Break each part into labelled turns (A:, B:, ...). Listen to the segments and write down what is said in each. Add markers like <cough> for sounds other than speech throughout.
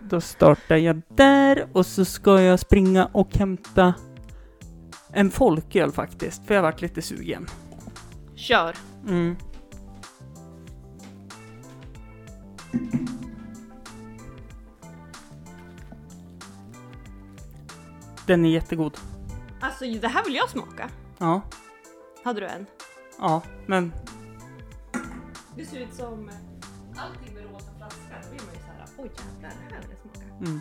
A: Då startar jag där och så ska jag springa och hämta en folköl faktiskt, för jag varit lite sugen.
B: Kör.
A: Mm. Den är jättegod.
B: Alltså det här vill jag smaka.
A: Ja,
B: Hade du en?
A: ja, men
B: Det ser ut som allting med rosa flaska. Då blir man ju såhär, oj jävlar, det här vill jag smaka.
A: mm.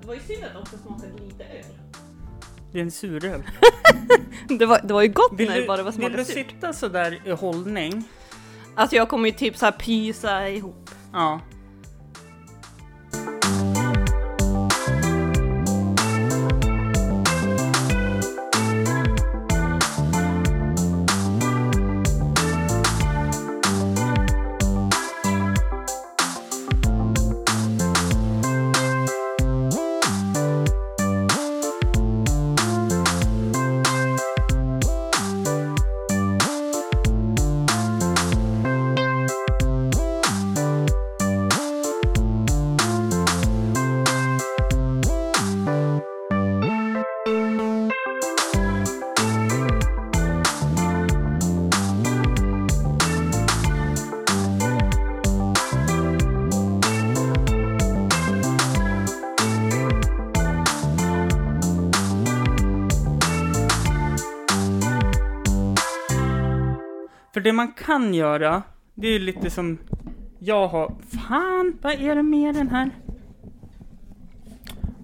B: Det var ju synd att det också smakade lite öl.
A: det är en suröl.
B: Det var, det var ju gott
A: Vill
B: när det
A: du,
B: bara var
A: vill du
B: smakat surt.
A: sitta sådär i hållning?
B: Alltså jag kommer ju typ såhär pysa ihop.
A: Ja. För det man kan göra, det är ju lite som jag har... Fan, vad är det med den här?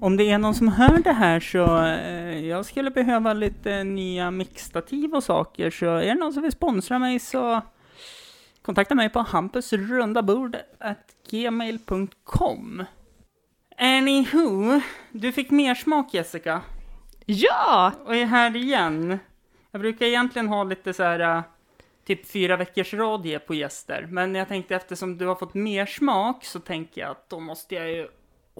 A: Om det är någon som hör det här så eh, jag skulle behöva lite nya mixstativ och saker, så är det någon som vill sponsra mig så kontakta mig på hampusrundabord@gmail.com. Anywho, du fick mer smak Jessica
B: Ja!
A: och är här igen. Jag brukar egentligen ha lite så här eh, typ fyra veckors radie på gäster, men jag tänkte eftersom du har fått mer smak så tänker jag att då måste jag ju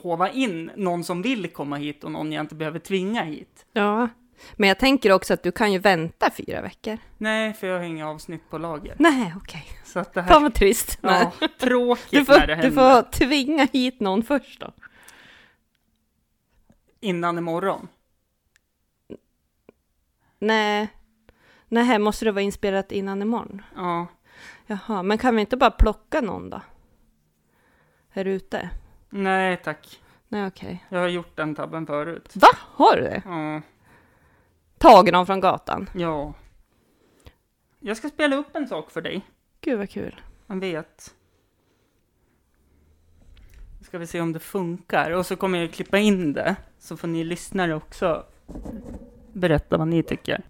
A: hova in någon som vill komma hit och någon jag inte behöver tvinga hit.
B: Ja. Men jag tänker också att du kan ju vänta fyra veckor.
A: Nej, för jag har inga avsnitt på lager.
B: Nej, okej.
A: Så att det
B: Fan
A: här...
B: vad trist. Nej.
A: Ja, tråkigt
B: Du
A: när det
B: får,
A: händer.
B: du får tvinga hit någon först då.
A: Innan imorgon.
B: Nej. Nej, måste det vara inspelat innan imorgon?
A: Ja.
B: Jaha, men kan vi inte bara plocka någon då? Här ute?
A: Nej tack.
B: Nej, okej.
A: Jag har gjort den tabben förut.
B: Va? Har du det?
A: Ja.
B: Tagit någon från gatan?
A: ja. Jag ska spela upp en sak för dig.
B: Gud vad kul.
A: Man vet. Nu ska vi se om det funkar. Och så kommer jag klippa in det. Så får ni lyssnare också berätta vad ni tycker.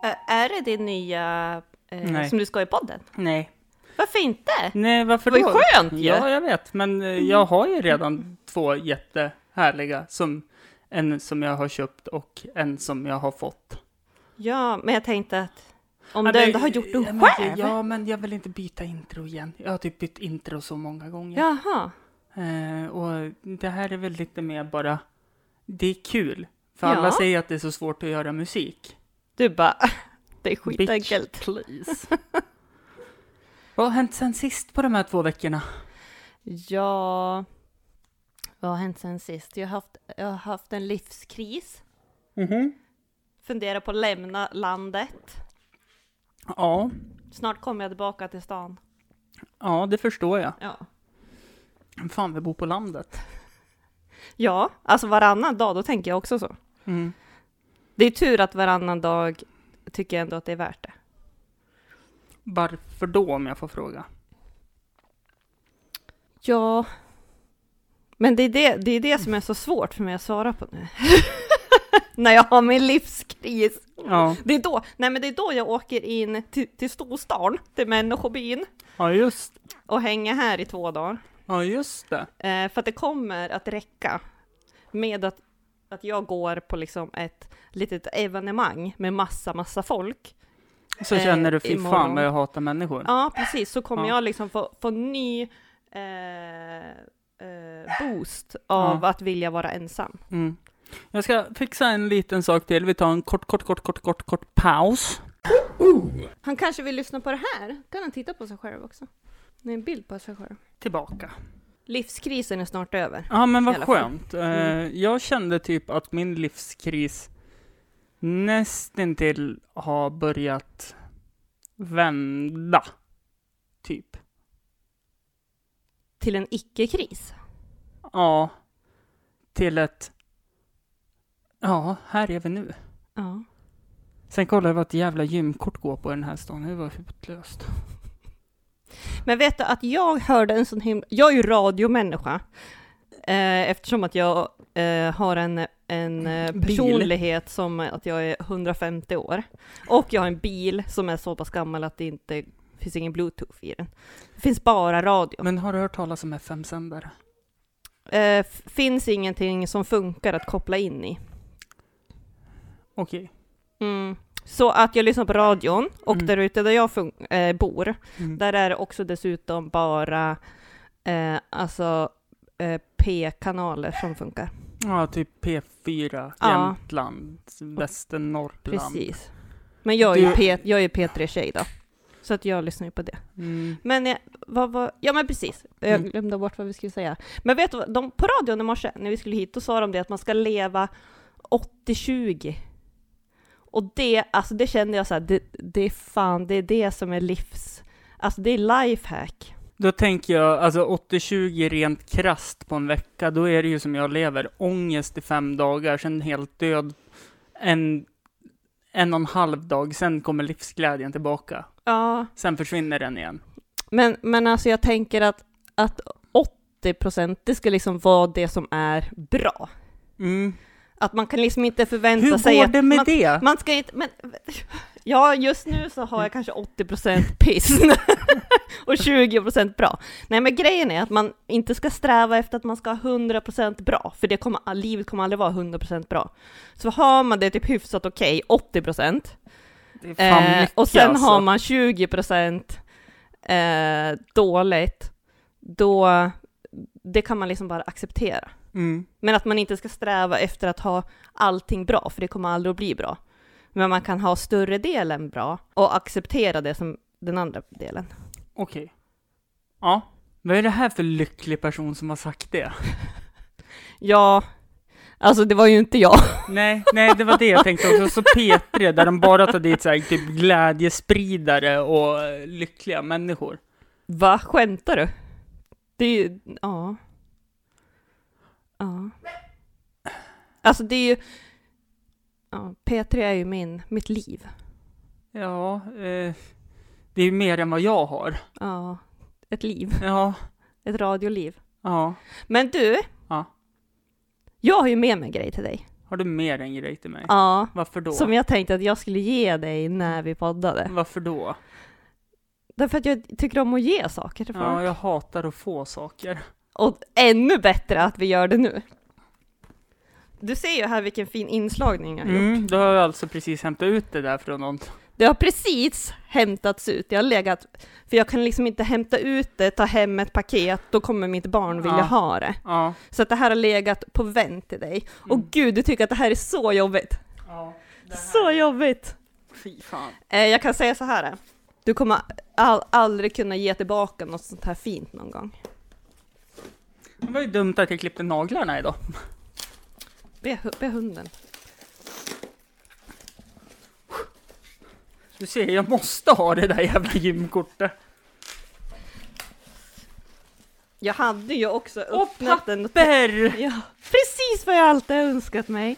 B: Ä- Är det din nya eh,
A: Nej.
B: som du ska i podden?
A: Nej.
B: Varför inte?
A: Nej, varför
B: Det var ju
A: då?
B: skönt ju. Mm.
A: Ja, jag vet. Men eh, jag har ju redan två jättehärliga. Som, en som jag har köpt och en som jag har fått.
B: Ja, men jag tänkte att om
A: Ja,
B: du
A: men-
B: ändå har gjort
A: ja,
B: den
A: men-
B: själv.
A: Ja, men jag vill inte byta intro igen. Jag har typ bytt intro så många gånger.
B: Jaha.
A: Eh, och det här är väl lite mer bara, det är kul. För
B: Ja.
A: alla säger att det är så svårt att göra musik.
B: Du bara, <laughs> det är
A: Bitch,
B: skitenkelt.
A: please. <laughs> Vad har hänt sen sist på de här två veckorna?
B: Ja, vad har hänt sen sist? Jag har haft, jag har haft en livskris.
A: Mhm.
B: Funderar på att lämna landet.
A: Ja,
B: Snart kommer jag tillbaka till stan.
A: ja, det förstår jag.
B: Ja.
A: Fan, vi bor på landet.
B: Ja, alltså varannan dag, då tänker jag också så.
A: Mm.
B: Det är tur att varannan dag tycker jag ändå att det är värt det.
A: Varför då, om jag får fråga?
B: Ja, men det är det, det, är det som är så svårt för mig att svara på nu. <laughs> När jag har min livskris.
A: Ja,
B: Det är då, nej men det är då jag åker in till, till storstan, till människobyn
A: ja just,
B: och hänger här i två dagar.
A: ja, just det.
B: Eh, för att det kommer att räcka med att, att jag går på liksom ett litet evenemang med massa, massa folk.
A: Så
B: Eh,
A: känner du, fy
B: imorgon.
A: fan vad jag hatar människor.
B: Ja, precis, så kommer
A: Ja.
B: jag liksom få, få ny eh, eh, boost av
A: Ja.
B: att vilja vara ensam.
A: Mm. Jag ska fixa en liten sak till. Vi tar en kort, kort, kort, kort, kort, kort paus.
B: Han kanske vill lyssna på det här? Kan han titta på sig själv också? Det är en bild på sig själv.
A: Tillbaka.
B: Livskrisen är snart över.
A: Ja, men
B: I
A: vad
B: alla fall. Mm.
A: skönt. Eh, Jag kände typ att min livskris nästintill har börjat vända. Typ.
B: Till en icke-kris.
A: Ja. Till ett... Ja, här är vi nu.
B: Ja.
A: Sen kollade jag vad ett jävla gymkort går på i den här stan. Det var hutlöst.
B: Men vet du att jag hörde en sån himla... Jag är ju radiomänniska. Eh, eftersom att jag eh, har en, en eh,
A: Bil.
B: personlighet som att jag är 150 år. Och jag har en bil som är så pass gammal att det inte finns ingen bluetooth i den. Det finns bara radio.
A: Men har du hört talas om FM-sändare?
B: Eh, f- finns ingenting som funkar att koppla in i.
A: Okej.
B: Mm. Så att jag lyssnar på radion och
A: Mm.
B: där ute där jag fun- eh, bor,
A: Mm.
B: där är det också dessutom bara eh, alltså eh, P-kanaler som funkar.
A: Ja, typ P4,
B: Ja.
A: Jämtland, Västernorrland.
B: Precis. Men jag är ju
A: Du-
B: P- jag är ju P3-tjej då. Så att jag lyssnar ju på det.
A: Mm.
B: Men eh, vad var... Ja men precis, jag
A: Mm.
B: glömde bort vad vi skulle säga. Men vet du vad, de, på radion i morse när vi skulle hit, då sa de det att man ska leva 80-20. Och det, alltså det kände jag så här, det, det är fan, det är det som är livs... Alltså det är lifehack.
A: Då tänker jag, alltså 80-20 rent krasst på en vecka, då är det ju som jag lever. Ångest i fem dagar, sen helt död en, en och en halv dag, sen kommer livsglädjen tillbaka.
B: Ja,
A: Sen försvinner den igen.
B: men, men alltså jag tänker att, att 80% det ska liksom vara det som är bra.
A: Mm.
B: Att man kan liksom inte förvänta
A: Hur
B: sig
A: går
B: att
A: det med
B: man,
A: det?
B: Man ska inte, men ja, just nu så har jag kanske 80% piss <laughs> och 20% bra. Nej, men grejen är att man inte ska sträva efter att man ska ha 100% bra, för det kommer, livet kommer aldrig vara 100% bra. Så har man det typ hyfsat okej, 80%,
A: Det är fan
B: eh,
A: mycket,
B: och sen
A: alltså.
B: har man 20% eh, dåligt, då, det kan man liksom bara acceptera.
A: Mm.
B: Men att man inte ska sträva efter att ha allting bra, för det kommer aldrig att bli bra. Men man kan ha större delen bra och acceptera det som den andra delen.
A: Okej. Ja. Vad är det här för lycklig person som har sagt det?
B: Ja, Alltså det var ju inte jag.
A: Nej, nej, det var det jag tänkte också. Så P3, där de bara
B: <laughs>
A: tar dit så här, typ glädjespridare och eh, lyckliga människor.
B: Va? Skämtar du? Det är ju, ja. Ja. Alltså det är ju, ja, P3 är ju min, mitt liv.
A: Ja, eh, det är ju mer än vad jag har.
B: Ja, ett liv,
A: Ja,
B: ett radioliv.
A: ja.
B: Men du,
A: Ja.
B: jag har ju med mig en grej till dig.
A: Har du mer än grej till mig?
B: Ja,
A: Varför då?
B: som jag tänkte att jag skulle ge dig när vi poddade.
A: Varför då?
B: Därför att jag tycker om att ge saker till folk.
A: Ja, jag hatar att få saker.
B: Och ännu bättre att vi gör det nu. Du ser ju här vilken fin inslagning jag har gjort.
A: Mm, då har jag alltså precis hämtat ut det där från någon.
B: Det har precis hämtats ut. Jag har legat, för jag kan liksom inte hämta ut det, ta hem ett paket, då kommer mitt barn vilja
A: Ja.
B: ha det.
A: Ja.
B: Så att det här har legat på vänt till dig.
A: Mm.
B: Och gud, du tycker att det här är så jobbigt.
A: ja
B: Så jobbigt!
A: Fy fan.
B: Eh, jag kan säga så här. eh. Du kommer all, aldrig kunna ge tillbaka något sånt här fint någon gång.
A: Det var ju dumt att jag klippte naglarna idag.
B: Be, be hunden.
A: Du ser, jag måste ha det där jävla gymkortet.
B: Jag hade ju också
A: Och
B: öppnat den.
A: Berr!
B: Ja, precis vad jag alltid önskat mig.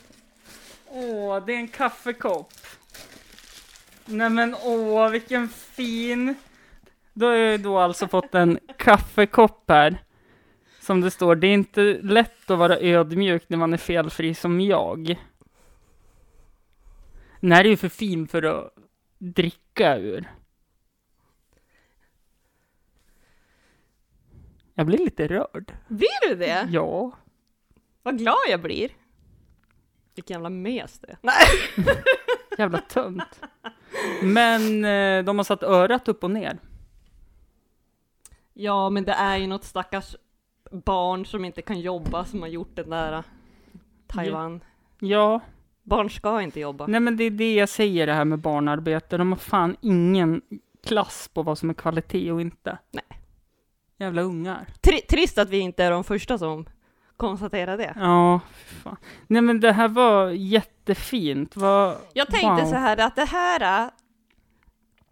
A: Åh, det är en kaffekopp. Nej men åh, vilken fin. Då har jag ju då alltså fått en kaffekopp här. Som det står, det är inte lätt att vara ödmjuk när man är felfri som jag. Den här är ju för fin för att dricka ur. Jag blir lite rörd.
B: Blir du det?
A: Ja.
B: Vad glad jag blir! Vilken jävla mes det är. Nej.
A: Jävla tönt. Men eh, de har satt örat upp och ner.
B: Ja, men det är ju något stackars barn som inte kan jobba som har gjort den där eh, Taiwan.
A: Ja,
B: Barn ska inte jobba.
A: nej men det är det jag säger det här med barnarbete. De har fan ingen klass på vad som är kvalitet och inte.
B: Nej.
A: Jävla ungar.
B: Tri- trist att vi inte är de första som konstaterar det.
A: Ja, fy fan. Nej men det här var jättefint. Vad...
B: Jag tänkte
A: Wow.
B: så här att det här, eh,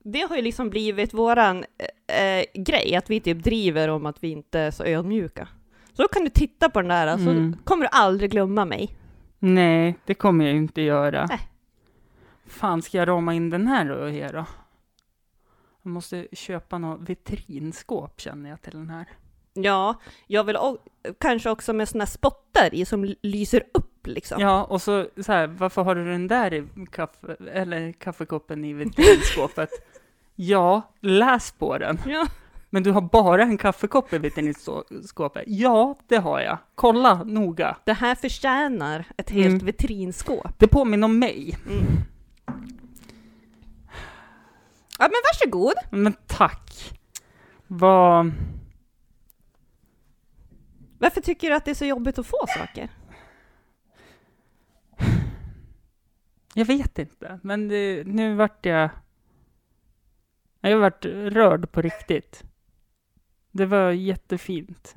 B: det har ju liksom blivit våran eh, eh, grej, att vi typ driver om att vi inte är så ödmjuka. Så då kan du titta på den där, eh, så
A: Mm.
B: kommer du aldrig glömma mig.
A: Nej, det kommer jag ju inte göra.
B: Nej.
A: Fan, ska jag rama in den här då? Här då? Jag måste köpa något vitrinskåp känner jag till den här.
B: Ja, jag vill o- kanske också med såna här spottar i som l- lyser upp liksom.
A: Ja, och så, så här, varför har du den där i kaffe, eller kaffekoppen i vitrinskåpet? ja, läs på den.
B: Ja.
A: Men du har bara en kaffekopp i vitrinskåpet? Ja, det har jag. Kolla noga.
B: Det här förtjänar ett helt
A: Mm.
B: vitrinskåp. Mm.
A: Det påminner om mig.
B: Ja, men varsågod.
A: Men tack. Vad...
B: Varför tycker du att det är så jobbigt att få saker?
A: Jag vet inte, men det, nu vart jag... Jag vart rörd på riktigt. Det var jättefint.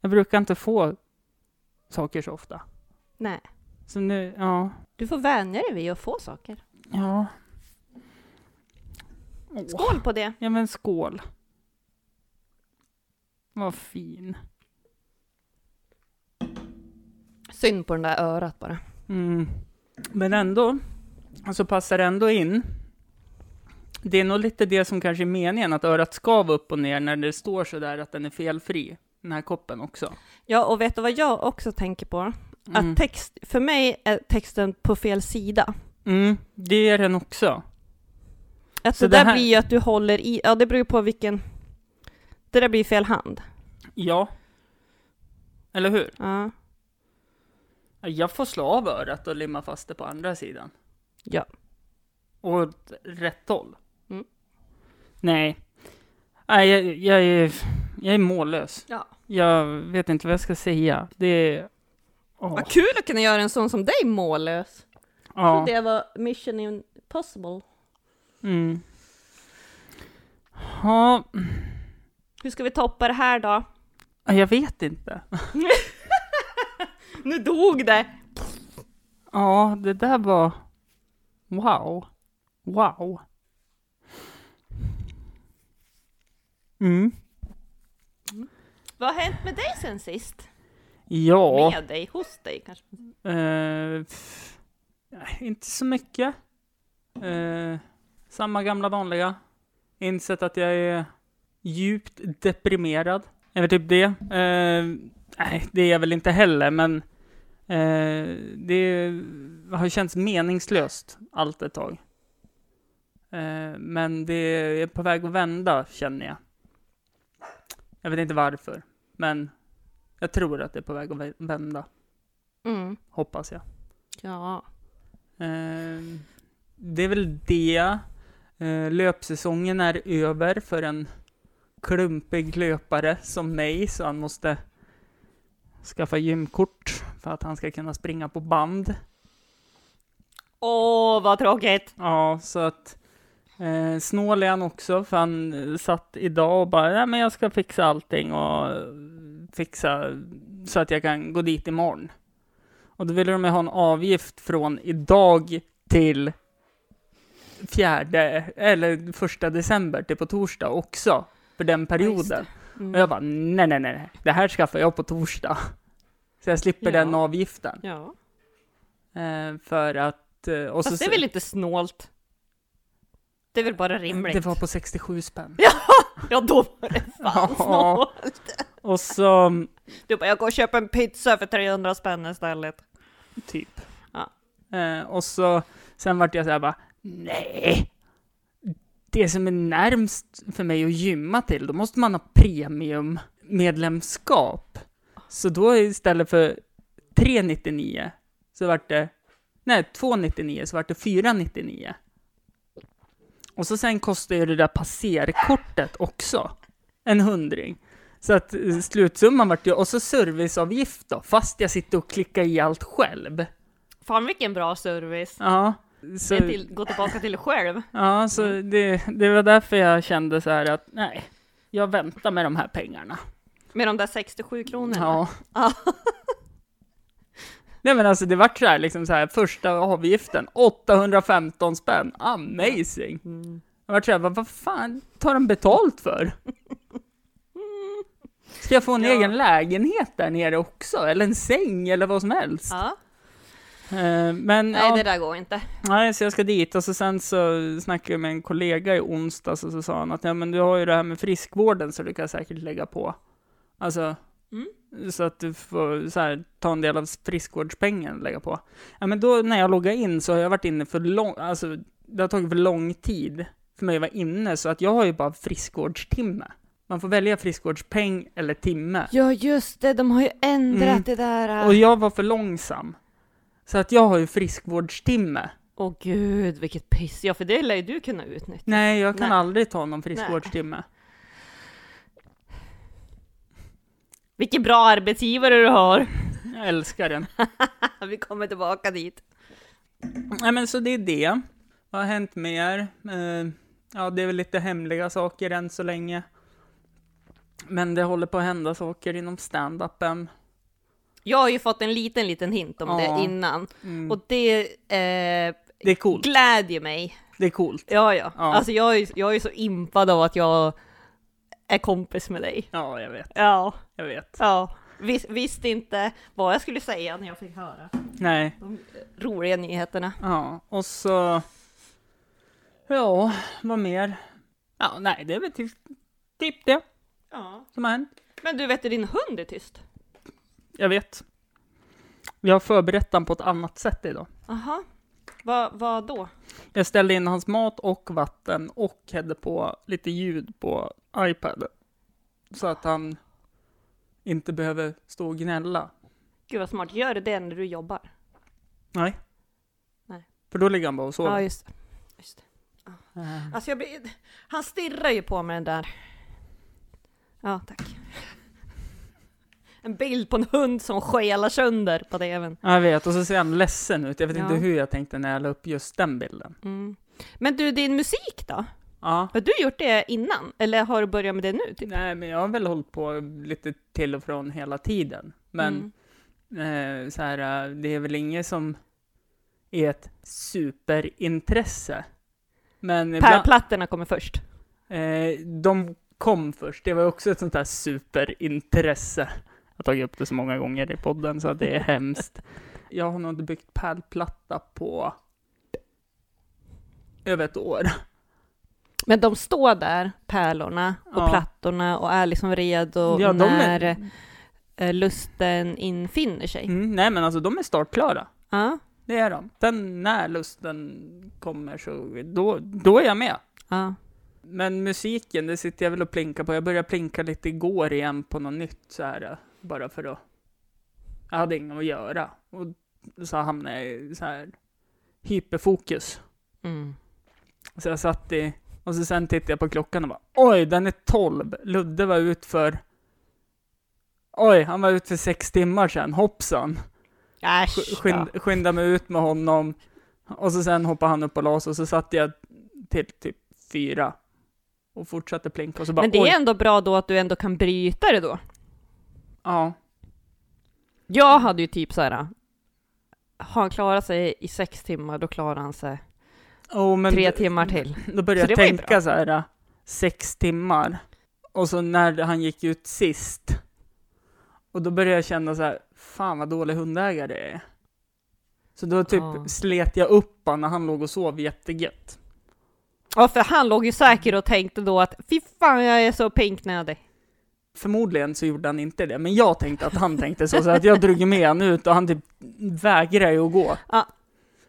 A: Jag brukar inte få saker så ofta.
B: Nej,
A: Så nu, ja.
B: du får vänja dig vid att få saker.
A: Ja.
B: Skål på det.
A: Ja men skål. Vad fin.
B: Synd på den där örat bara.
A: Mm. Men ändå, så passar det ändå in. Det är nog lite det som kanske är meningen, att örat ska vara upp och ner när det står sådär att den är felfri. Den här koppen också.
B: Ja, och vet du vad jag också tänker på?
A: Mm.
B: Att text, för mig är texten på fel sida.
A: Mm, det är den också.
B: Att
A: Så
B: det,
A: det
B: där
A: här-
B: blir ju att du håller i, ja det beror ju på vilken, det där blir fel hand.
A: Ja. Eller hur?
B: Ja.
A: Jag får slå av örat och limma fast det på andra sidan.
B: Ja.
A: Och åt rätt håll.
B: Mm.
A: Nej. Nej, jag, jag, är, jag är mållös.
B: ja.
A: Jag vet inte vad jag ska säga. Det är... Åh,
B: Vad kul att kunna göra en sån som dig mållös. Jag
A: ja.
B: trodde det var mission impossible.
A: Mm. Ja,
B: Hur ska vi toppa det här då?
A: jag vet inte.
B: Nu dog det!
A: Ja, det där var... Wow. Wow. Mm.
B: Vad har hänt med dig sen sist?
A: Ja.
B: Med dig, hos dig kanske?
A: Eh, pff, nej, inte så mycket. Eh, samma gamla vanliga. Insett att jag är djupt deprimerad. Är väl typ det. Eh, nej, det är jag väl inte heller, men eh, det har känts meningslöst allt ett tag. Eh, men det är på väg att vända, känner jag. Jag vet inte varför, men jag tror att det är på väg att vä- vända,
B: Mm.
A: hoppas jag.
B: Ja.
A: Eh, det är väl det. Eh, löpsäsongen är över för en klumpig löpare som mig, så han måste skaffa gymkort för att han ska kunna springa på band.
B: Åh, vad tråkigt!
A: Ja, så att eh, snål är han också, för han eh, satt idag och bara, nej men jag ska fixa allting och eh, fixa så att jag kan gå dit imorgon. Och då ville de ju ha en avgift från idag till fjärde, eller första december, till på torsdag också, för den perioden.
B: Mm.
A: Och jag bara, nej, nej, nej, nej. det här skaffar jag på torsdag. <laughs> Så jag slipper
B: Ja.
A: den avgiften.
B: Ja.
A: Eh, för att... eh, Och
B: Fast det är väl inte snålt? Det är väl bara rimligt?
A: Det var på 67 spänn.
B: Ja, då var det fan
A: Ja.
B: snålt!
A: Och så,
B: Du bara, jag går och köper en pizza för 300 spänn istället.
A: typ.
B: Ja.
A: Eh, och så, sen vart jag så här bara, nej! Det som är närmst för mig att gymma till, då måste man ha premiummedlemskap. Så då istället för 399 så vart det, nej 299 så vart det 499. Och så sen kostar ju det där passerkortet också en hundring. Så att eh, slutsumman vart ju, och så serviceavgift då, fast jag sitter och klickar i allt själv.
B: Fan vilken bra service!
A: Ja, så,
B: Jag Till, Mm. gå tillbaka till dig själv.
A: ja, så det, det var därför jag kände så här att nej, jag väntar med de här pengarna.
B: Med de där 67 kronorna.
A: Ja.
B: Ja.
A: Nej men alltså det vart så här liksom så här första avgiften 815 spänn, amazing.
B: Mm.
A: Jag vart så här, vad, vad fan tar de betalt för?
B: <laughs>
A: Ska jag få en
B: Ja.
A: egen lägenhet där nere också? Eller en säng eller vad som helst?
B: ja.
A: Eh, men
B: Nej,
A: ja.
B: det där går inte.
A: Nej, så jag ska dit och så sen så snackade jag med en kollega i onsdags och så sa han att ja, men du har ju det här med friskvården så du kan säkert lägga på. Alltså, så att du får så här, ta en del av friskvårdspengen och lägga på. Ja, men då när jag loggade in så har jag varit inne för lång, alltså det har tagit för lång tid för mig att vara inne så att jag har ju bara friskvårdstimme. Man får välja friskvårdspeng eller timme.
B: Ja, just det, de har ju ändrat
A: Mm.
B: det där.
A: Och
B: Åh
A: jag var för långsam. Så att jag har ju friskvårdstimme.
B: gud, vilket piss. Ja, för det lär ju du kunna utnyttja.
A: Nej, jag kan
B: Nej.
A: aldrig ta någon friskvårdstimme.
B: Vilken bra arbetsgivare du har!
A: Jag älskar den.
B: Vi kommer tillbaka dit.
A: Nej, men så det är det. Vad har hänt mer? Eh, ja, det är väl lite hemliga saker än så länge. Men det håller på att hända saker inom stand-upen.
B: Jag har ju fått en liten, liten hint om
A: Ja.
B: det innan.
A: Mm.
B: Och det eh,
A: Det är coolt.
B: glädjer mig.
A: Det är coolt.
B: Ja, ja.
A: Ja.
B: Alltså jag är, ju- jag är så impad av att jag är kompis med dig.
A: Ja, jag vet.
B: Ja,
A: Jag vet.
B: ja. Vis, visste inte vad jag skulle säga när jag fick höra
A: Nej.
B: de roliga nyheterna.
A: Ja, och så... Ja, vad mer? Ja, nej, det är väl typ, typ det
B: Ja.
A: som har hänt.
B: Men du vet, din hund är tyst.
A: Jag vet. Jag har förberett den på ett annat sätt idag.
B: Aha. Vad vad då?
A: Jag ställde in hans mat och vatten och hade på lite ljud på iPaden. Så att han inte behöver stå och gnälla.
B: Gud vad smart. Gör du det när du jobbar?
A: Nej.
B: Nej.
A: För då ligger han bara och sover.
B: just det. Just det.
A: Eh,
B: Alltså jag blir... Han stirrar ju på mig den där. Ja, tack. En bild på en hund som skelar sönder på tvn.
A: Jag vet, och så ser han ledsen ut. Jag vet
B: Ja.
A: inte hur jag tänkte när jag la upp just den bilden.
B: Mm. Men du, din musik då?
A: Ja.
B: Har du gjort det innan? Eller har du börjat med det nu? Typ?
A: Nej, men jag har väl hållit på lite till och från hela tiden. Men
B: Mm.
A: eh, så här, eh, det är väl inget som är ett superintresse. Men ibland,
B: Pärlplattorna kommer först.
A: eh, de kom först, det var ju också ett sånt här superintresse. Jag har tagit upp det så många gånger i podden så att det är hemskt. <laughs> Jag har nog inte byggt pärlplatta på över ett år.
B: Men de står där, pärlorna och
A: Ja.
B: plattorna, och är liksom redo
A: Ja, de
B: när
A: är-
B: eh, lusten infinner sig.
A: Mm, nej men alltså de är startklara.
B: Ja,
A: Det är de. Sen när lusten kommer så då, då är jag med.
B: ja.
A: Men musiken, det sitter jag väl och plinkar på. Jag började plinka lite igår igen på något nytt så här, bara för att... Jag hade inget att göra. Och så hamnade jag i så här hyperfokus.
B: Mm.
A: Så jag satt i... Och så sen tittade jag på klockan och bara Oj, den är 12! Ludde var ut för... Oj, han var ut för sex timmar sedan. Hoppsan! Sk-
B: Äsch,
A: skynd, skynda mig ut med honom. Och så sen hoppade han upp och la sig och så satt jag till typ fyra. Och fortsatte plinka och så
B: ja.
A: bara
B: Men det
A: oj.
B: är ändå bra då att du ändå kan bryta det då.
A: Ja.
B: Jag hade ju typ så här. Har han klarat sig i sex timmar, då klarar han sig
A: Oh, men
B: tre timmar till.
A: Då började
B: Så
A: jag
B: det var ju bra.
A: tänka så här, äh, sex timmar. Och så när han gick ut sist. Och då började jag känna så här, fan vad dålig hundägare jag är. Så då typ
B: Ja.
A: slet jag upp honom när han låg och sov jättegött.
B: Ja, för han låg ju säker och tänkte då att fy fan, jag är så pinknödig.
A: Förmodligen så gjorde han inte det, men jag tänkte att han tänkte så, så att jag drog med honom ut och han typ vägrade ju att gå.
B: Ja.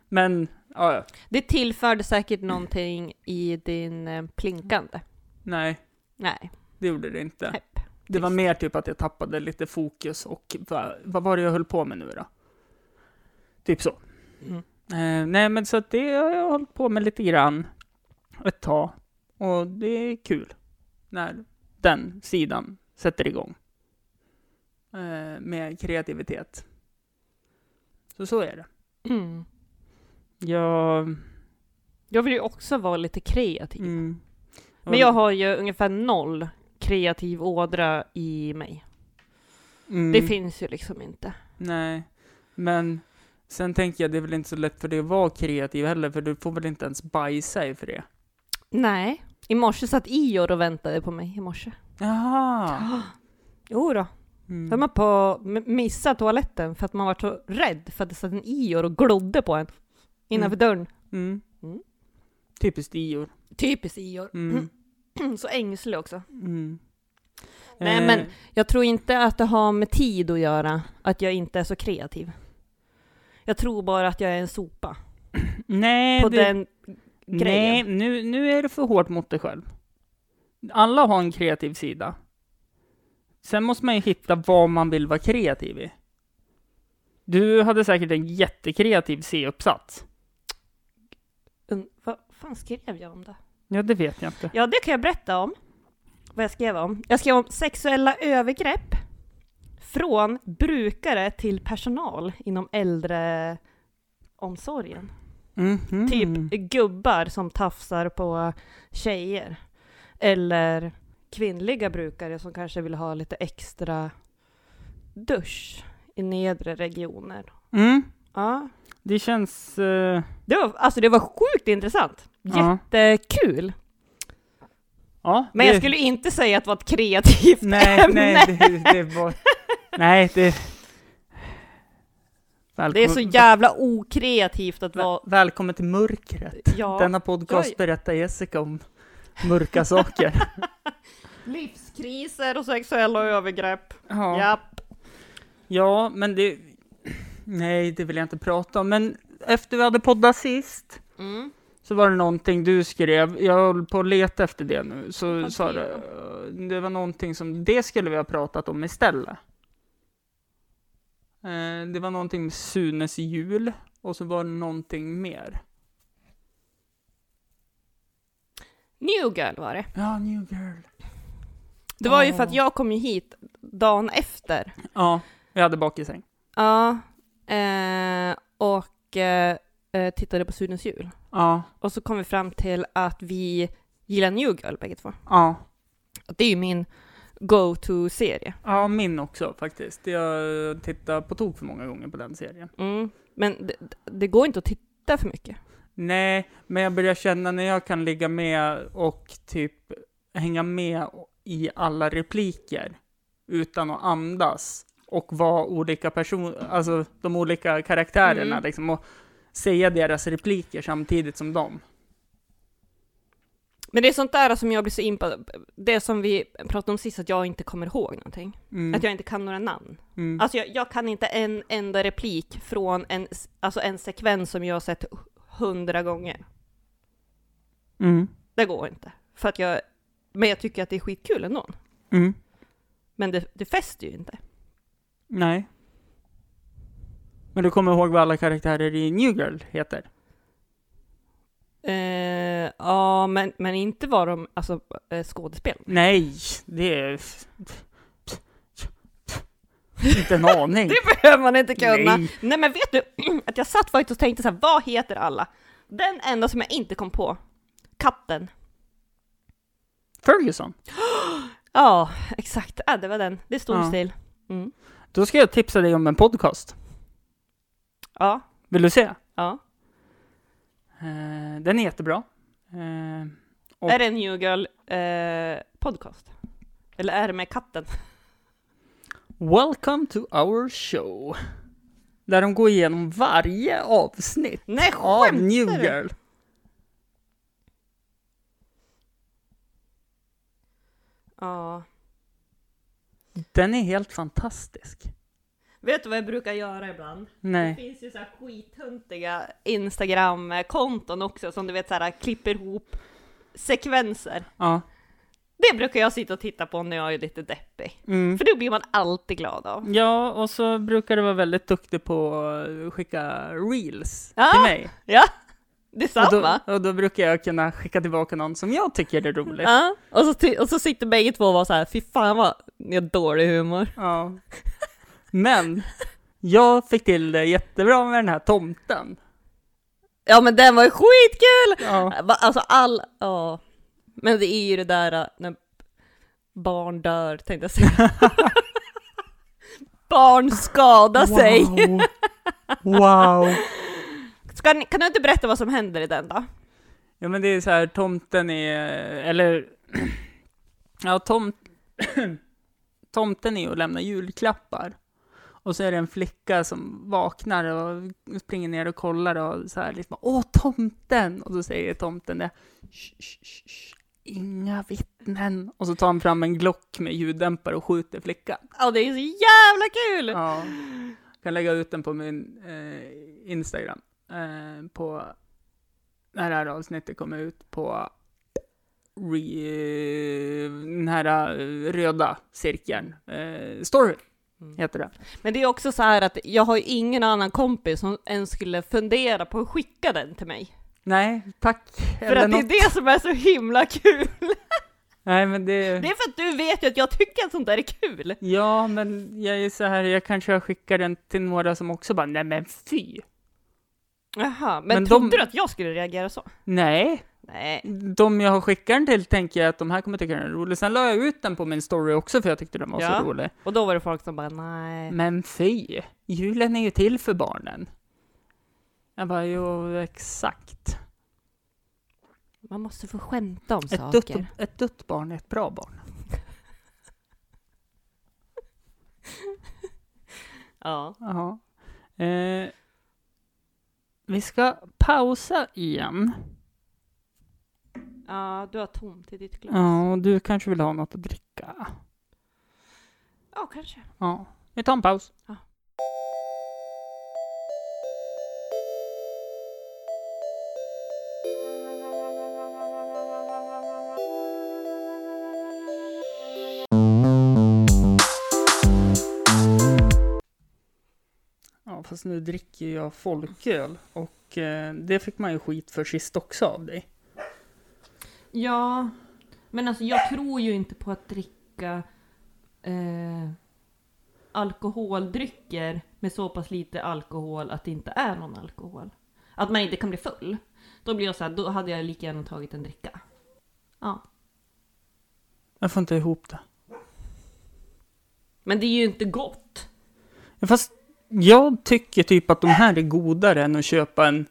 A: Men, ja, ja.
B: Det tillförde säkert någonting i din eh, plinkande.
A: nej,
B: Nej,
A: det gjorde det inte.
B: hepp.
A: Det var mer typ att jag tappade lite fokus och va, vad var det jag höll på med nu då? Typ så.
B: Mm.
A: Eh, nej, men så att det har jag hållit på med lite grann ett tag och det är kul när den sidan sätter igång eh, med kreativitet. Så så är det.
B: Mm.
A: Jag...
B: Jag vill ju också vara lite kreativ.
A: Mm,
B: Men jag har ju ungefär noll kreativ ådra i mig.
A: Mm,
B: Det finns ju liksom inte.
A: Nej, men sen tänker jag det är väl inte så lätt för dig att vara kreativ heller, för du får väl inte ens bajsa i för det.
B: Nej. I morse satt Ior och väntade på mig i morse.
A: Jaha!
B: Jo då.
A: Mm.
B: höll man på att m- missa toaletten för att man var så rädd för att det satt en Ior och glodde på en innanför dörren.
A: Mm.
B: Mm.
A: Typiskt Ior.
B: Typiskt Ior.
A: Mm.
B: <clears throat> Så ängslig också.
A: Mm.
B: Nej,
A: Eh,
B: men- Jag tror inte att det har med tid att göra, att jag inte är så kreativ. Jag tror bara att jag är en sopa
A: nej,
B: på
A: det-
B: den
A: nej
B: grejen.
A: nu, nu är det för hårt mot dig själv. Alla har en kreativ sida. Sen måste man ju hitta vad man vill vara kreativ i. Du hade säkert en jättekreativ C-uppsats.
B: Un- Vad fan skrev jag om det?
A: Ja, det vet jag inte.
B: Ja, det kan jag berätta om. Vad jag skrev om. Jag skrev om sexuella övergrepp från brukare till personal inom äldreomsorgen.
A: Mhm.
B: Typ gubbar som tafsar på tjejer. Eller kvinnliga brukare som kanske vill ha lite extra dusch i nedre regioner.
A: Mm.
B: Ja.
A: Det känns... eh,
B: Det var, alltså det var sjukt intressant.
A: ja.
B: Jättekul.
A: ja.
B: Men
A: det-
B: jag skulle inte säga att det var ett kreativt <laughs>
A: Nej,
B: ämne.
A: nej, det, det var... Nej, det... Välkommen,
B: Det är så jävla okreativt att vara...
A: Väl- Välkommen till mörkret.
B: Ja,
A: Denna podcast
B: Oj.
A: berättar Jessica om mörka
B: <laughs>
A: saker.
B: livskriser och sexuella övergrepp.
A: ja.
B: Japp.
A: Ja, men det... Nej, det vill jag inte prata om. Men efter vi hade poddat sist
B: Mm.
A: så var det någonting du skrev. Jag höll på att leta efter det nu. Så
B: Vad
A: sa
B: skrev
A: du... eh, Det var någonting som... Det skulle vi ha pratat om istället. Eh, Det var någonting med Sunes jul och så var det någonting mer.
B: New Girl var det.
A: Ja, New Girl.
B: Det var ju
A: Åh.
B: för att jag kom ju hit dagen efter.
A: Ja, jag hade bakissäng.
B: Ja. Eh, och eh, eh, tittade på Sunes jul.
A: Ja,
B: Och så kom vi fram till att vi gillar New Girl bägge två.
A: ja.
B: Och Det är ju min go-to-serie.
A: Ja, min också faktiskt. Jag tittar på tok för många gånger på den serien.
B: Mm. Men det, det går inte att titta för mycket.
A: Nej, men jag börjar känna när jag kan ligga med och typ hänga med i alla repliker utan att andas och vara olika personer, alltså de olika karaktärerna
B: Mm.
A: liksom och säga deras repliker samtidigt som dem.
B: Men det är sånt där som jag blir så impad Det som vi pratade om sist, att jag inte kommer ihåg någonting.
A: Mm.
B: Att jag inte kan några namn.
A: Mm.
B: Alltså jag, jag kan inte en enda replik från en, s- alltså en sekvens som jag har sett hundra gånger.
A: Mm.
B: Det går inte. För att jag, men jag tycker att det är skitkul ändå.
A: Mm.
B: Men det, det fäster ju inte.
A: Nej. Men du kommer ihåg vad alla karaktärer i New Girl heter?
B: Eh, ja, men, men inte var de alltså, eh, skådespel.
A: Nej, det är... Inte en aning.
B: <laughs> Det behöver man inte kunna.
A: Nej.
B: Nej. men vet du, <clears throat> att jag satt faktiskt och tänkte så här, vad heter alla? Den enda som jag inte kom på, katten.
A: Ferguson.
B: Ja, exakt. Ja, det var den. Det är stor
A: Ja.
B: stil. Mm.
A: Då ska jag tipsa dig om en podcast.
B: Ja,
A: Vill du se?
B: ja.
A: Eh, den är jättebra. Eh, Och-
B: Är det en New Girl eh, podcast? Eller är det med katten?
A: Welcome to our show. Där de går igenom varje avsnitt
B: Nej,
A: av
B: skämtar
A: New
B: du?
A: Girl.
B: Ja.
A: Den är helt fantastisk.
B: Vet du vad jag brukar göra ibland? Det
A: Nej.
B: finns ju så här skithuntiga Instagram-konton också som du vet så här klipper ihop sekvenser.
A: Ja.
B: Det brukar jag sitta och titta på när jag är lite deppig.
A: Mm.
B: För då blir man alltid glad av.
A: Ja, och så brukar du vara väldigt duktig på att skicka reels
B: Ja,
A: till mig.
B: Ja,
A: Och
B: detsamma.
A: då, och då brukar jag kunna skicka tillbaka någon som jag tycker är rolig.
B: Ja, och så, ty- och så sitter bägge två och var så här, fy fan vad ni har dålig humor.
A: Ja. Men jag fick till det jättebra med den här tomten.
B: Ja men den var ju skitkul!
A: Ja.
B: Va- Alltså all, ja. Men det är ju det där äh, när barn dör tänkte jag <laughs> säga. barn <laughs> skadar sig.
A: Wow. wow.
B: Ska ni, kan du inte berätta vad som händer i den då?
A: Ja men det är så här, tomten är, eller, <clears throat> ja tom, <clears throat> tomten är att lämna julklappar. Och så är det en flicka som vaknar och springer ner och kollar och så här liksom, åh tomten! Och då säger tomten det, "Sch, sch, sch, sch, inga vittnen. Och så tar han fram en glock med ljuddämpare och skjuter flickan.
B: Ja det är så jävla kul!
A: Ja. <laughs> Kan lägga ut den på min eh, Instagram. Eh, på när det här avsnittet kommer ut på re, eh, den här eh, röda cirkeln. Eh, story
B: Mm.
A: heter det.
B: Men det är också så här att jag har ju ingen annan kompis som ens skulle fundera på att skicka den till mig.
A: Nej, tack.
B: För att det är
A: något.
B: det som är så
A: <laughs>
B: himla kul!
A: Nej, men det...
B: Det är för att du vet ju att jag tycker att sånt där är kul!
A: Ja, men jag är så här, jag kanske skickar den till några som också bara, nej men fy.
B: Jaha, men,
A: Men
B: trodde
A: de-
B: du att jag skulle reagera så?
A: Nej,
B: Nej.
A: de jag har skickat den till tänker jag att de här kommer tycka den är rolig. Sen la jag ut den på min story också för jag tyckte den var
B: Ja.
A: så rolig.
B: Och då var det folk som bara nej.
A: Men fy, julen är ju till för barnen. Jag bara, jo exakt.
B: Man måste få skämta om
A: Ett dött,
B: saker.
A: ett dött barn är ett bra barn.
B: Ja.
A: Jaha. Eh, vi ska pausa igen.
B: ja, du har tomt i ditt glas.
A: Ja, och du kanske vill ha något att dricka.
B: Ja, kanske.
A: Ja, vi tar en paus.
B: Ja.
A: Ja, fast nu dricker jag folköl och eh, det fick man ju skit för sist också av dig.
B: Ja, men alltså jag tror ju inte på att dricka eh, alkoholdrycker med så pass lite alkohol att det inte är någon alkohol. Att man inte kan bli full. Då blir jag så här, då hade jag lika gärna tagit en dricka. Ja.
A: Jag får inte ihop det.
B: Men det är ju inte gott.
A: Fast jag tycker typ att de här är godare än att köpa en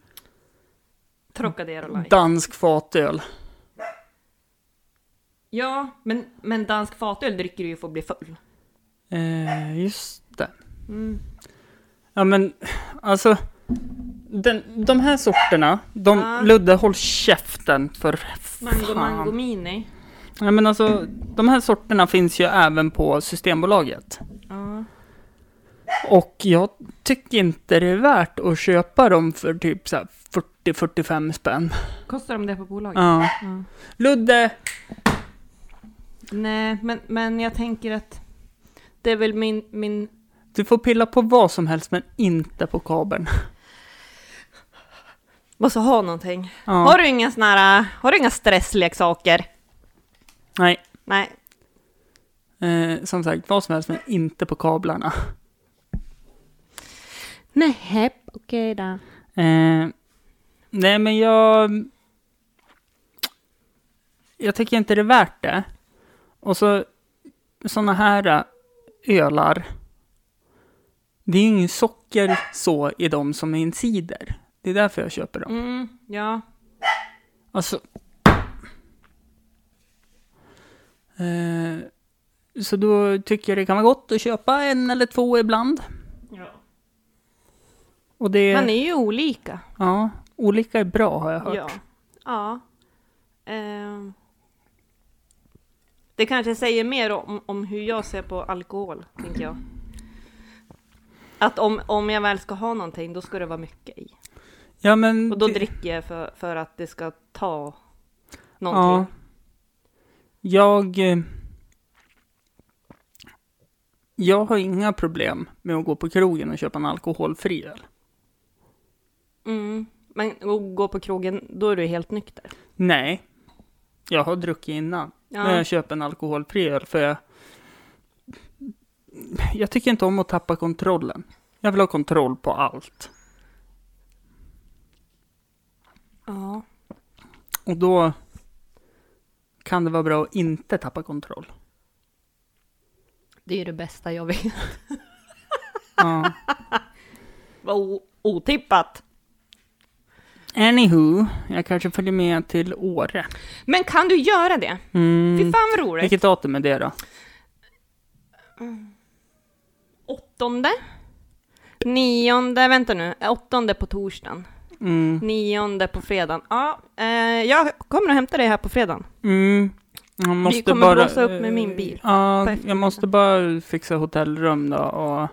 B: Trocadero
A: Mm.
B: light.
A: dansk fatöl.
B: ja, men, men dansk fatöl dricker du ju för att bli full.
A: Eh, just det.
B: Mm.
A: Ja men, alltså. Den, de här sorterna, de,
B: Ja.
A: Ludde håll käften för
B: Mango
A: fan.
B: mango mini.
A: Ja, men alltså, de här sorterna finns ju även på Systembolaget.
B: Ja.
A: Och jag tycker inte det är värt att köpa dem för typ så här 40-45 spänn.
B: Kostar de det på bolaget?
A: Ja.
B: Ja.
A: Ludde!
B: Nej, men, men jag tänker att det är väl min, min...
A: Du får pilla på vad som helst men inte på kabeln.
B: Måste ha någonting.
A: Ja.
B: Har du inga såna här, har du inga stressleksaker?
A: Nej,
B: Nej.
A: eh, som sagt vad som helst men inte på kablarna.
B: Nej, okej då.
A: Eh, nej men jag... Jag tycker inte det är värt det. Och så sådana här eh, ölar. Det är ju inget socker så i dem som i en cider. Det är därför jag köper dem.
B: Mm, ja.
A: Alltså... Eh, så då tycker jag det kan vara gott att köpa en eller två ibland. Och det...
B: Man är ju olika.
A: Ja, olika är bra har jag hört.
B: Ja. ja. Ehm. Det kanske säger mer om, om hur jag ser på alkohol, tänker jag. Att om, om jag väl ska ha någonting, då ska det vara mycket i.
A: Ja, men
B: Och då
A: det-
B: dricker jag för, för att det ska ta
A: Mm. ja.
B: någonting.
A: Jag... eh, Jag har inga problem med att gå på krogen och köpa en alkoholfri öl.
B: Mm. Men att gå på krogen, då är du helt nykter.
A: Nej, jag har druckit innan.
B: Ja.
A: När jag köper en alkoholfri öl, för jag... Jag tycker inte om att tappa kontrollen. Jag vill ha kontroll på allt.
B: ja.
A: Och då kan det vara bra att inte tappa kontroll.
B: Det är ju det bästa jag vet.
A: Ja.
B: <laughs> Vad o- otippat.
A: Anywho, jag kanske följer med till Åre.
B: Men kan du göra det?
A: Mm.
B: Fy fan vad roligt.
A: Vilket datum är det då?
B: Åttonde? Nionde, vänta nu, Eh, åttonde på torsdagen.
A: Mm.
B: Nionde på fredagen. Ja, eh, jag kommer att hämta dig här på fredagen.
A: Mm. Jag måste
B: kommer
A: bara,
B: blåsa upp med min bil på
A: Ja, jag
B: eftermiddagen.
A: måste bara fixa hotellrum då och...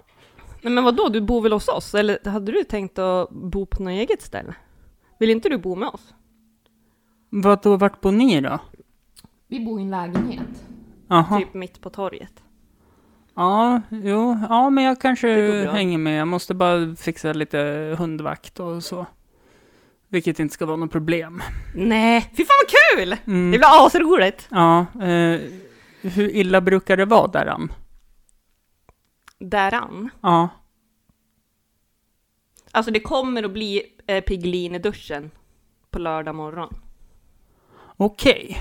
B: Nej men vadå, du bor väl hos oss? Eller hade du tänkt att bo på något eget ställe? Vill inte du bo med oss?
A: Vadå, vart bor ni då?
C: Vi bor i en lägenhet.
A: Jaha.
B: Typ mitt på torget.
A: Ja, jo. Ja, men jag kanske
B: Det går bra.
A: hänger med. Jag måste bara fixa lite hundvakt och så. Vilket inte ska vara något problem.
B: Nej, fy fan vad kul!
A: Mm.
B: Det blir asroligt!
A: Ja, eh, hur illa brukar det vara däran?
B: Däran.
A: Ja.
B: Alltså det kommer att bli eh, Piggelin i duschen på lördag morgon.
A: Okej.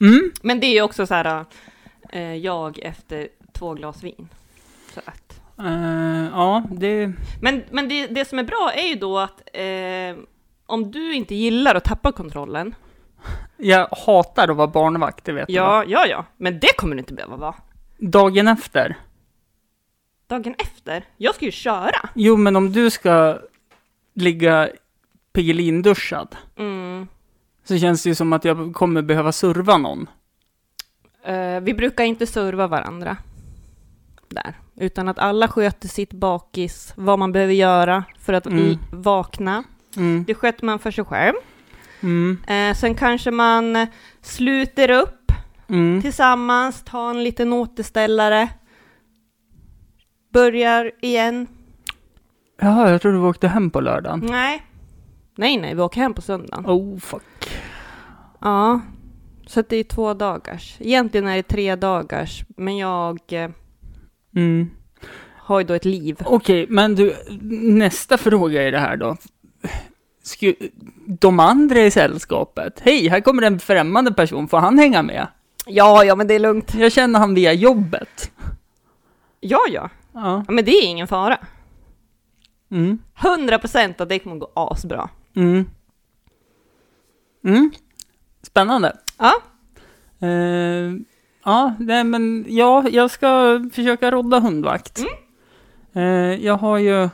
A: Mm.
B: Men det är ju också så här, eh, jag efter två glas vin. Så att.
A: Eh, ja, det...
B: Men, men det, det som är bra är ju då att eh, om du inte gillar att tappa kontrollen,
A: Jag hatar att vara barnvakt, det vet du va?
B: ja, ja, ja, men det kommer du inte behöva vara.
A: Dagen efter.
B: Dagen efter, jag ska ju köra.
A: Jo, men om du ska ligga pigelinduschad
B: Mm.
A: så känns det ju som att jag kommer behöva serva någon.
B: Eh, vi brukar inte serva varandra där, utan att alla sköter sitt bakis, vad man behöver göra för att
A: Mm.
B: i- vakna.
A: Mm.
B: Det sköter man för sig själv.
A: Mm.
B: Eh, sen kanske man eh, sluter upp
A: Mm.
B: tillsammans, tar en liten återställare, börjar igen
A: Jaha, jag trodde du åkte hem på lördagen.
B: Nej. Nej, nej, vi åker hem på söndagen.
A: Oh, fuck.
B: Ja. Så att det är två dagars. Egentligen är det tre dagars, men jag eh,
A: Mm.
B: har ju då ett liv.
A: Okej, men du, nästa fråga i det här då. Sku, de andra i sällskapet, hej, här kommer en främmande person, får han hänga med?
B: Ja, ja, men det är lugnt.
A: Jag känner han via jobbet.
B: Ja, ja.
A: Ja.
B: ja men det är ingen fara.
A: Mm.
B: 100% att det kommer gå asbra.
A: Mm. Mm. Spännande.
B: Ja,
A: Eh, ja, nej, men ja, jag ska försöka rodda hundvakt.
B: Mm.
A: Eh, jag har ju...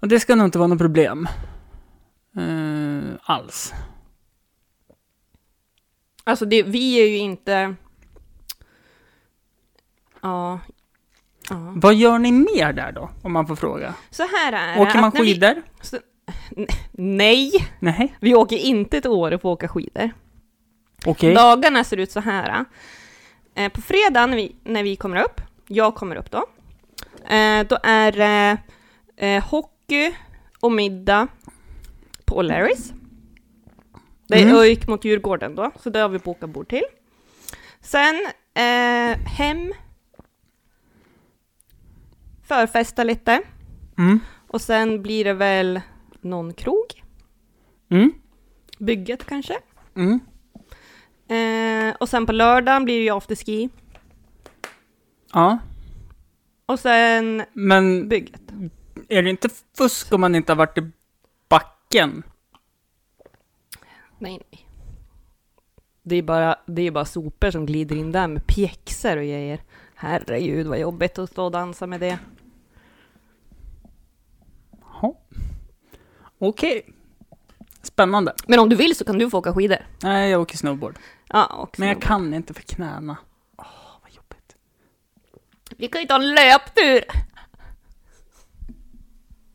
A: Och det ska nog inte vara något problem. Eh, alls.
B: alltså det, vi är ju inte... Ja. ja.
A: Vad gör ni mer där då, om man får fråga?
B: Så här är det.
A: Åker man
B: Eh, att när vi-
A: skidor?
B: Nej,
A: Nej,
B: vi åker inte till Åre för att åka skidor.
A: okej.
B: Dagarna ser ut så här. Eh, på fredag när vi, när vi kommer upp, jag kommer upp då, eh, då är det eh, hockey och middag på O'Larrys. Det är
A: Mm.
B: ÖIK mot Djurgården då, så det har vi bokat bord till. Sen eh, hem, förfesta lite
A: Mm.
B: och sen blir det väl någon krog,
A: Mm.
B: bygget kanske.
A: Mm.
B: Eh, och sen på lördagen blir det ju afterski.
A: Ja,
B: Och sen
A: men
B: bygget.
A: är det inte fusk om man inte har varit i backen?
B: Nej, nej. Det är bara, det är bara sopor som glider in där med pjäxor och grejer. Herregud vad jobbigt att stå och dansa med det.
A: Ja. Okej. Spännande.
B: Men om du vill så kan du få åka skidor.
A: Nej, jag åker snowboard.
B: Ja, och
A: Men jag kan inte för knäna. Åh, vad jobbigt.
B: Vi kan ju ta en löptur!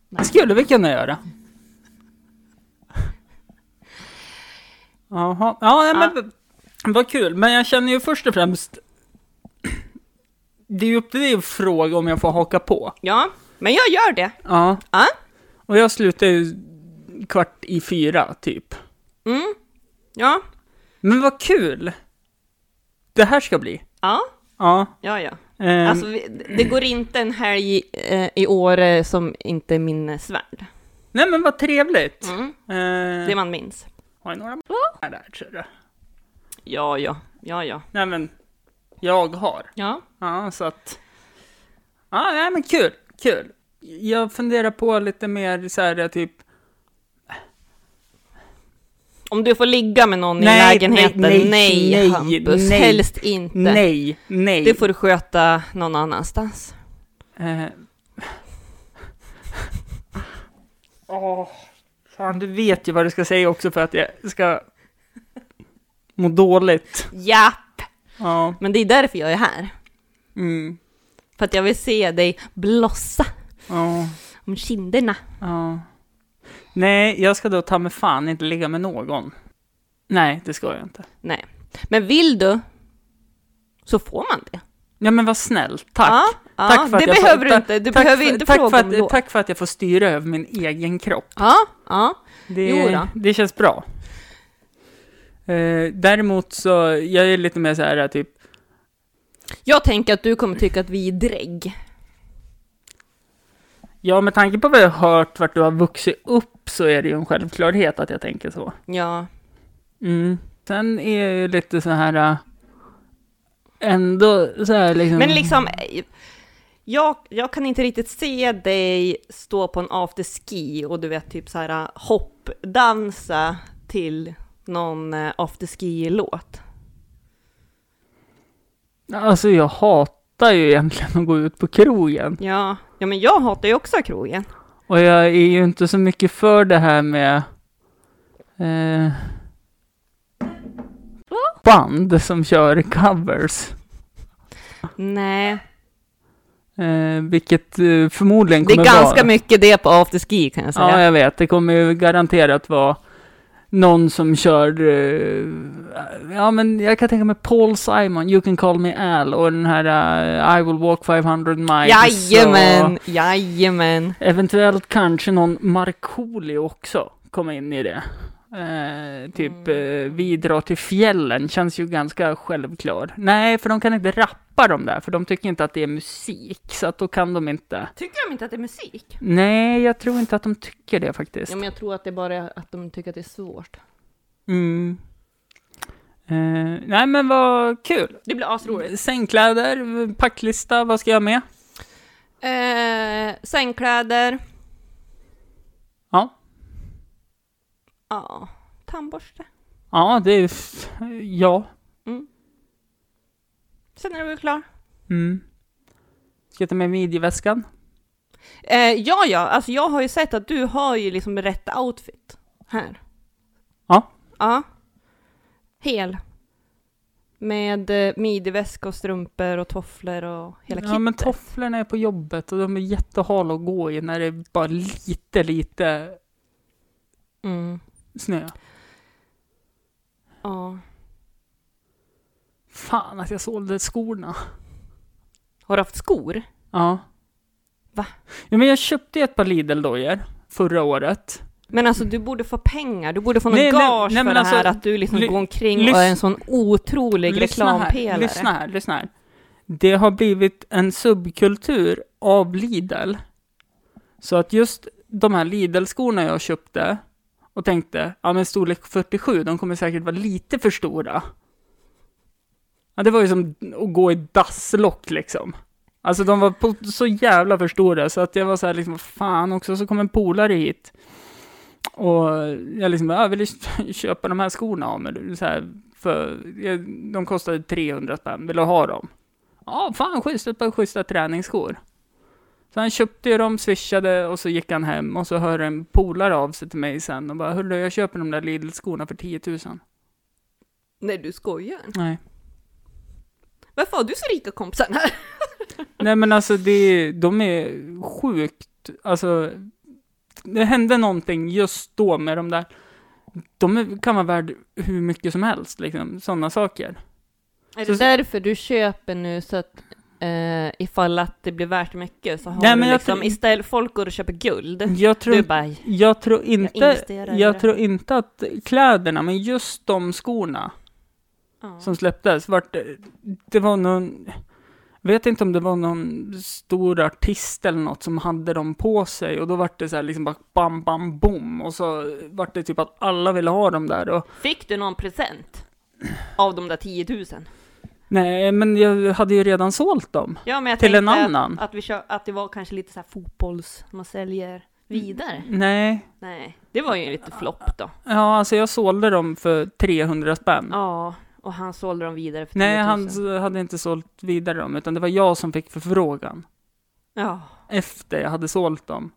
A: Det skulle vi kunna göra. Jaha. Ja, nej, men vad kul. Men jag känner ju först och främst... Det är ju upp till dig att fråga om jag får haka på.
B: Ja, men jag gör det.
A: Ja.
B: Ja.
A: Och jag slutar ju kvart i fyra, typ.
B: Mm. Ja.
A: Men vad kul! Det här ska bli.
B: Ja.
A: Ja.
B: Ja, ja.
A: ehm,
B: Alltså, vi, det går inte en helg eh, i år som inte är minnesvärd.
A: Nej men vad trevligt!
B: Mm.
A: Eh,
B: Det man minns.
A: Har jag några här där tror du?
B: Ja, ja. Ja, ja.
A: Nej men, jag har.
B: Ja.
A: Ja, så att... Ja, nej men kul, kul. Jag funderar på lite mer så här typ...
B: Om du får ligga med någon
A: Nej,
B: i lägenheten,
A: nej,
B: nej,
A: nej, nej,
B: Hampus,
A: nej.
B: helst inte.
A: Nej, nej.
B: Det får du sköta någon annanstans.
A: Eh. <laughs> Åh, fan du vet ju vad du ska säga också för att jag ska må dåligt.
B: Japp!
A: Ja,
B: Men det är därför jag är här.
A: mm,
B: För att jag vill se dig blossa
A: ja,
B: om kinderna.
A: ja. Nej, jag ska då ta mig fan inte ligga med någon. Nej, det ska jag inte.
B: Nej. Men vill du, så får man det.
A: Ja men vad snäll, tack.
B: Ja, ja,
A: tack för att
B: det
A: jag får-
B: behöver du
A: ta-
B: inte. Du
A: tack
B: behöver
A: för,
B: inte
A: tack
B: fråga
A: för
B: om
A: att,
B: lov.
A: Tack för att jag får styra över min egen kropp.
B: Ja, ja. Jo
A: Det,
B: då.
A: det känns bra. Eh, däremot så, jag är lite mer så här typ,
B: Jag tänker att du kommer tycka att vi är drägg.
A: ja med tanke på vad jag har hört vart du har vuxit upp så är det ju en självklarhet att jag tänker så.
B: Ja.
A: Mm. Sen är jag ju lite så här, eh, ändå så här liksom.
B: Men liksom, eh, jag, jag kan inte riktigt se dig stå på en afterski och du vet typ så här hoppdansa till någon eh, afterski-låt.
A: Alltså jag hatar ju egentligen att gå ut på krogen.
B: Ja. ja, men jag hatar ju också krogen.
A: Och jag är ju inte så mycket för det här med eh, band som kör covers.
B: Nej,
A: Eh, vilket eh, förmodligen
B: det
A: kommer
B: är ganska
A: vara.
B: mycket det på afterski kan jag säga.
A: Ja, jag vet. Det kommer ju garanterat vara någon som kör, eh, ja men jag kan tänka mig Paul Simon, You can call me Al och den här eh, I will walk 500 miles.
B: Jajamän,
A: Och
B: jajamän.
A: eventuellt kanske någon Markoolio också komma in i det. Eh, typ eh, vi drar till fjällen känns ju ganska självklar. Nej, för de kan inte rappa de där, för de tycker inte att det är musik, så att då kan de inte.
B: Tycker de inte att det är musik?
A: Nej, jag tror inte att de tycker det faktiskt.
B: Ja, men jag tror att det är bara att de tycker att det är svårt.
A: Mm. Eh, nej men vad kul!
B: Det blir asroligt.
A: Sängkläder, packlista, vad ska jag ha med?
B: Eh, sängkläder.
A: Ja,
B: Ja. Tandborste.
A: ja det är... f- Ja.
B: Sen är du väl klar.
A: Mm. Ska jag ta med midjeväskan?
B: Eh, ja, ja, alltså jag har ju sett att du har ju liksom rätt outfit här.
A: Ja.
B: Ja. Hel. Med eh, midjeväska och strumpor och tofflor och hela kittet.
A: Ja men tofflorna är på jobbet och de är jättehala att gå i när det är bara lite, lite
B: Mm.
A: snö.
B: Ja.
A: Fan att jag sålde skorna.
B: Har du haft skor?
A: Ja.
B: Va?
A: Ja, men jag köpte ju ett par Lidl-dojor förra året.
B: Men alltså du borde få pengar, du borde få någon
A: Nej, nej,
B: gage
A: nej,
B: för
A: men
B: det här
A: alltså,
B: att du liksom
A: ly-
B: går omkring och
A: lys-
B: är en sån otrolig reklampelare.
A: Här, lyssna här, lyssna här. Det har blivit en subkultur av Lidl. Så att just de här Lidl-skorna jag köpte och tänkte, ja men storlek 47, de kommer säkert vara lite för stora. Ja, det var ju som att gå i dasslock liksom. Alltså de var på, så jävla för stora så att jag var så här liksom, fan också, så kom en polare hit. Och jag liksom, jag vill ju köpa de här skorna av mig, så här, för jag- de kostade 300 spänn, vill du ha dem? Ja, fan schysst, ett par schyssta träningsskor. Så han köpte ju dem, swishade och så gick han hem och så hör en polare av sig till mig sen och bara, hörru jag köper de där Lidl-skorna för 10 000.
B: Nej du skojar.
A: Nej.
B: Varför har du så rika kompisar här?
A: Nej men alltså det, de är sjukt, alltså det hände någonting just då med de där. De är- kan vara värd hur mycket som helst, liksom, sådana saker.
B: <laughs> Är
A: Så-
B: det därför du köper nu så att eh, ifall att det blir värt mycket så har
A: Nej,
B: du
A: men jag
B: liksom
A: tror-
B: istället, folk går och köper guld.
A: Jag tror,
B: Du bara,
A: jag tror inte,
B: Jag
A: jag,
B: investerar i det.
A: tror inte att kläderna, men just de skorna
B: ja.
A: som släpptes, vart, det var någon, jag vet inte om det var någon stor artist eller något som hade dem på sig och då vart det så här liksom bara bam, bam, bom och så vart det typ att alla ville ha dem där och
B: Fick du någon present av de där 10 000?
A: Nej, men jag hade ju redan sålt dem.
B: Ja, men jag
A: Till en
B: tänkte att-
A: annan?
B: Att, vi kö- att det var kanske lite så här fotbolls, man
A: Mm.
B: säljer vidare.
A: Nej,
B: Nej, det var ju en liten flopp då.
A: ja alltså jag sålde dem för 300 spänn.
B: Ja, och han sålde dem vidare för 10 000.
A: Nej, han s- hade inte sålt vidare dem, utan det var jag som fick förfrågan
B: Ja,
A: efter jag hade sålt dem.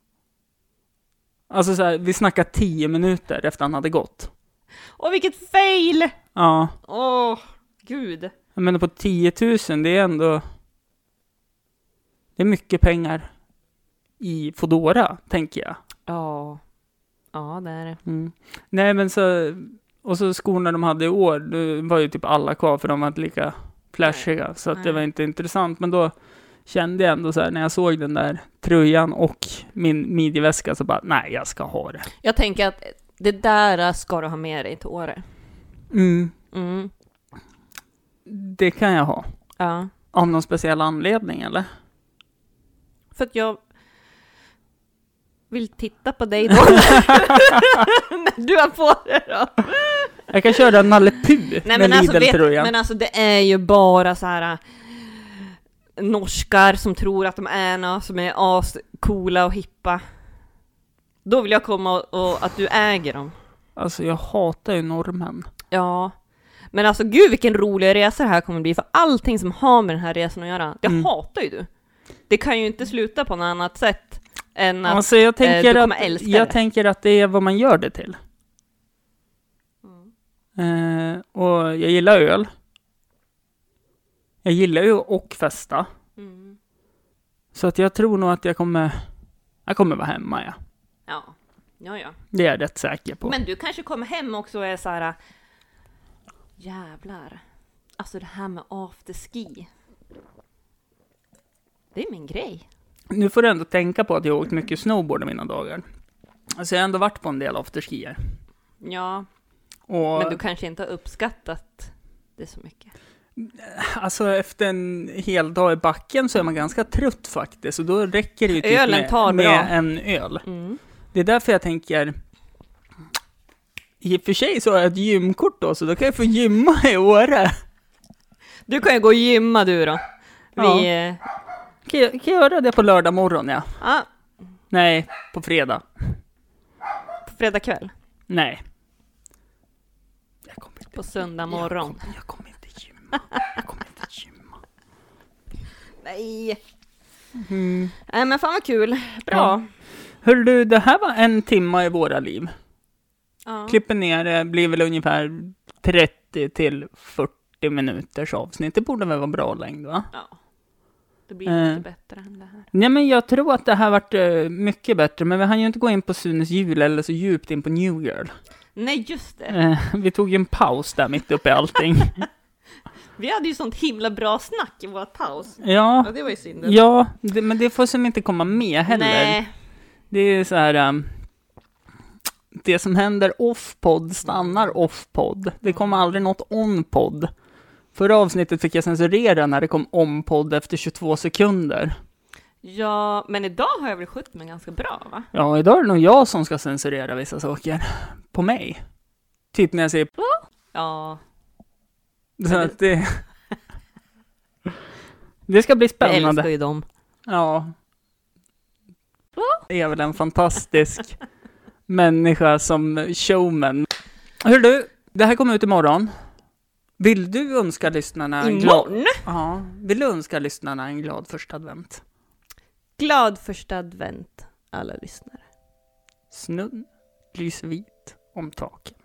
A: Alltså så här, vi snackar 10 minuter efter han hade gått.
B: och vilket fail!
A: Ja,
B: Åh, gud.
A: jag menar på 10 000, det är ändå... Det är mycket pengar i Fodora, tänker jag.
B: Ja, ja det är det.
A: Mm. Nej men så, och så skorna de hade i år, det var ju typ alla kvar för de var inte lika flashiga. Så att det
B: Nej.
A: var inte intressant. Men då kände jag ändå så här när jag såg den där tröjan och min midjeväska så bara, nej jag ska ha det.
B: Jag tänker att det där ska du ha med dig till Åre.
A: Mm.
B: Mm.
A: Det kan jag ha.
B: Ja.
A: Av någon speciell anledning eller?
B: För att jag vill titta på <laughs> dig då. När du har på dig då.
A: Jag kan köra Nalle Puh
B: Nej,
A: med
B: men, alltså, vet,
A: Lidl-tröjan.
B: men alltså det är ju bara så här äh, norskar som tror att de är något som är ascoola och hippa. Då vill jag komma och, och att du äger dem.
A: Alltså jag hatar ju norrmän.
B: Ja. Men alltså gud vilken rolig resa det här kommer bli, för allting som har med den här resan att göra, det
A: Mm.
B: hatar ju du. Det kan ju inte sluta på något annat sätt än att...
A: Alltså jag tänker,
B: eh, du kommer
A: att,
B: älska
A: jag
B: det.
A: tänker att det är vad man gör det till. Eh, och jag gillar öl. Jag gillar ju och festa.
B: Mm.
A: Så att jag tror nog att jag kommer, jag kommer vara hemma ja.
B: Ja. Ja, ja.
A: Det är jag rätt säker på.
B: Men du kanske kommer hem också och är så här... Jävlar. Alltså det här med afterski. Det är min grej.
A: Nu får du ändå tänka på att jag har åkt mycket snowboard i mina dagar. Alltså jag har ändå varit på en del afterskier.
B: Ja,
A: Och
B: men du kanske inte har uppskattat det så mycket.
A: alltså efter en hel dag i backen så är man ganska trött faktiskt. Och då räcker det ju typ
B: Ölen tar
A: med,
B: bra.
A: med en öl.
B: Mm.
A: Det är därför jag tänker I och för sig så har jag ett gymkort då, så då kan jag få gymma i Åre.
B: Du kan ju gå och gymma du då. Vi, eh,
A: Kan jag, kan jag göra det på lördag morgon, ja?
B: ja,
A: Nej, på fredag.
B: på fredag kväll.
A: Nej. Jag kommer inte,
B: På söndag morgon.
A: jag kommer inte gymma. Jag kommer inte gymma.
B: Nej. Nej men fan vad kul. Bra.
A: Mm. Hörru du, det här var en timma i våra liv.
B: Ja.
A: Klipper ner det, blir väl ungefär 30 till 40 minuters avsnitt. Det borde väl vara bra längd, va?
B: ja. Det blir inte
A: Eh.
B: bättre än det här.
A: Nej, men jag tror att det här varit eh, mycket bättre, men vi hann ju inte gå in på Sunes jul eller så djupt in på New Girl.
B: Nej just det.
A: Eh, vi tog ju en paus där mitt uppe i allting.
B: Vi hade ju sånt himla bra snack i vårt paus.
A: <laughs> Ja,
C: det var ju synd.
A: ja det, men det får som inte komma med heller.
B: Nej.
A: Det är så här... ehm, det som händer off-podd stannar off-podd. Det kommer aldrig något on-podd. Förra avsnittet fick jag censurera när det kom om-podd efter 22 sekunder.
B: Ja, men idag har jag väl skött mig ganska bra va?
A: Ja, idag är det nog jag som ska censurera vissa saker. På mig. Typ när jag säger
B: Ja.
A: <laughs> Så att det... Det ska bli
B: Jag älskar
A: spännande.
B: ju dem.
A: Ja. Det är väl en fantastisk <laughs> människa som showman. Hör du, det här kommer ut imorgon. Vill du önska lyssnarna en glad...
B: Imorgon!
A: Ja, vill du önska lyssnarna en glad första advent?
B: Glad första advent alla lyssnare.
A: Snön lyser vit om taken.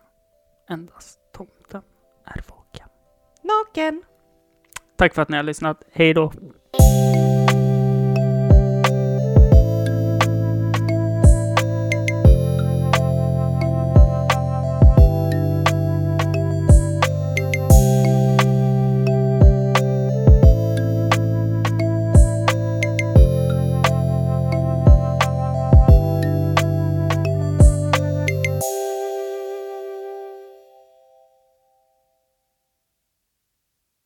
A: Endast tomten är vaken.
B: Naken!
A: Tack för att ni har lyssnat. Hej då!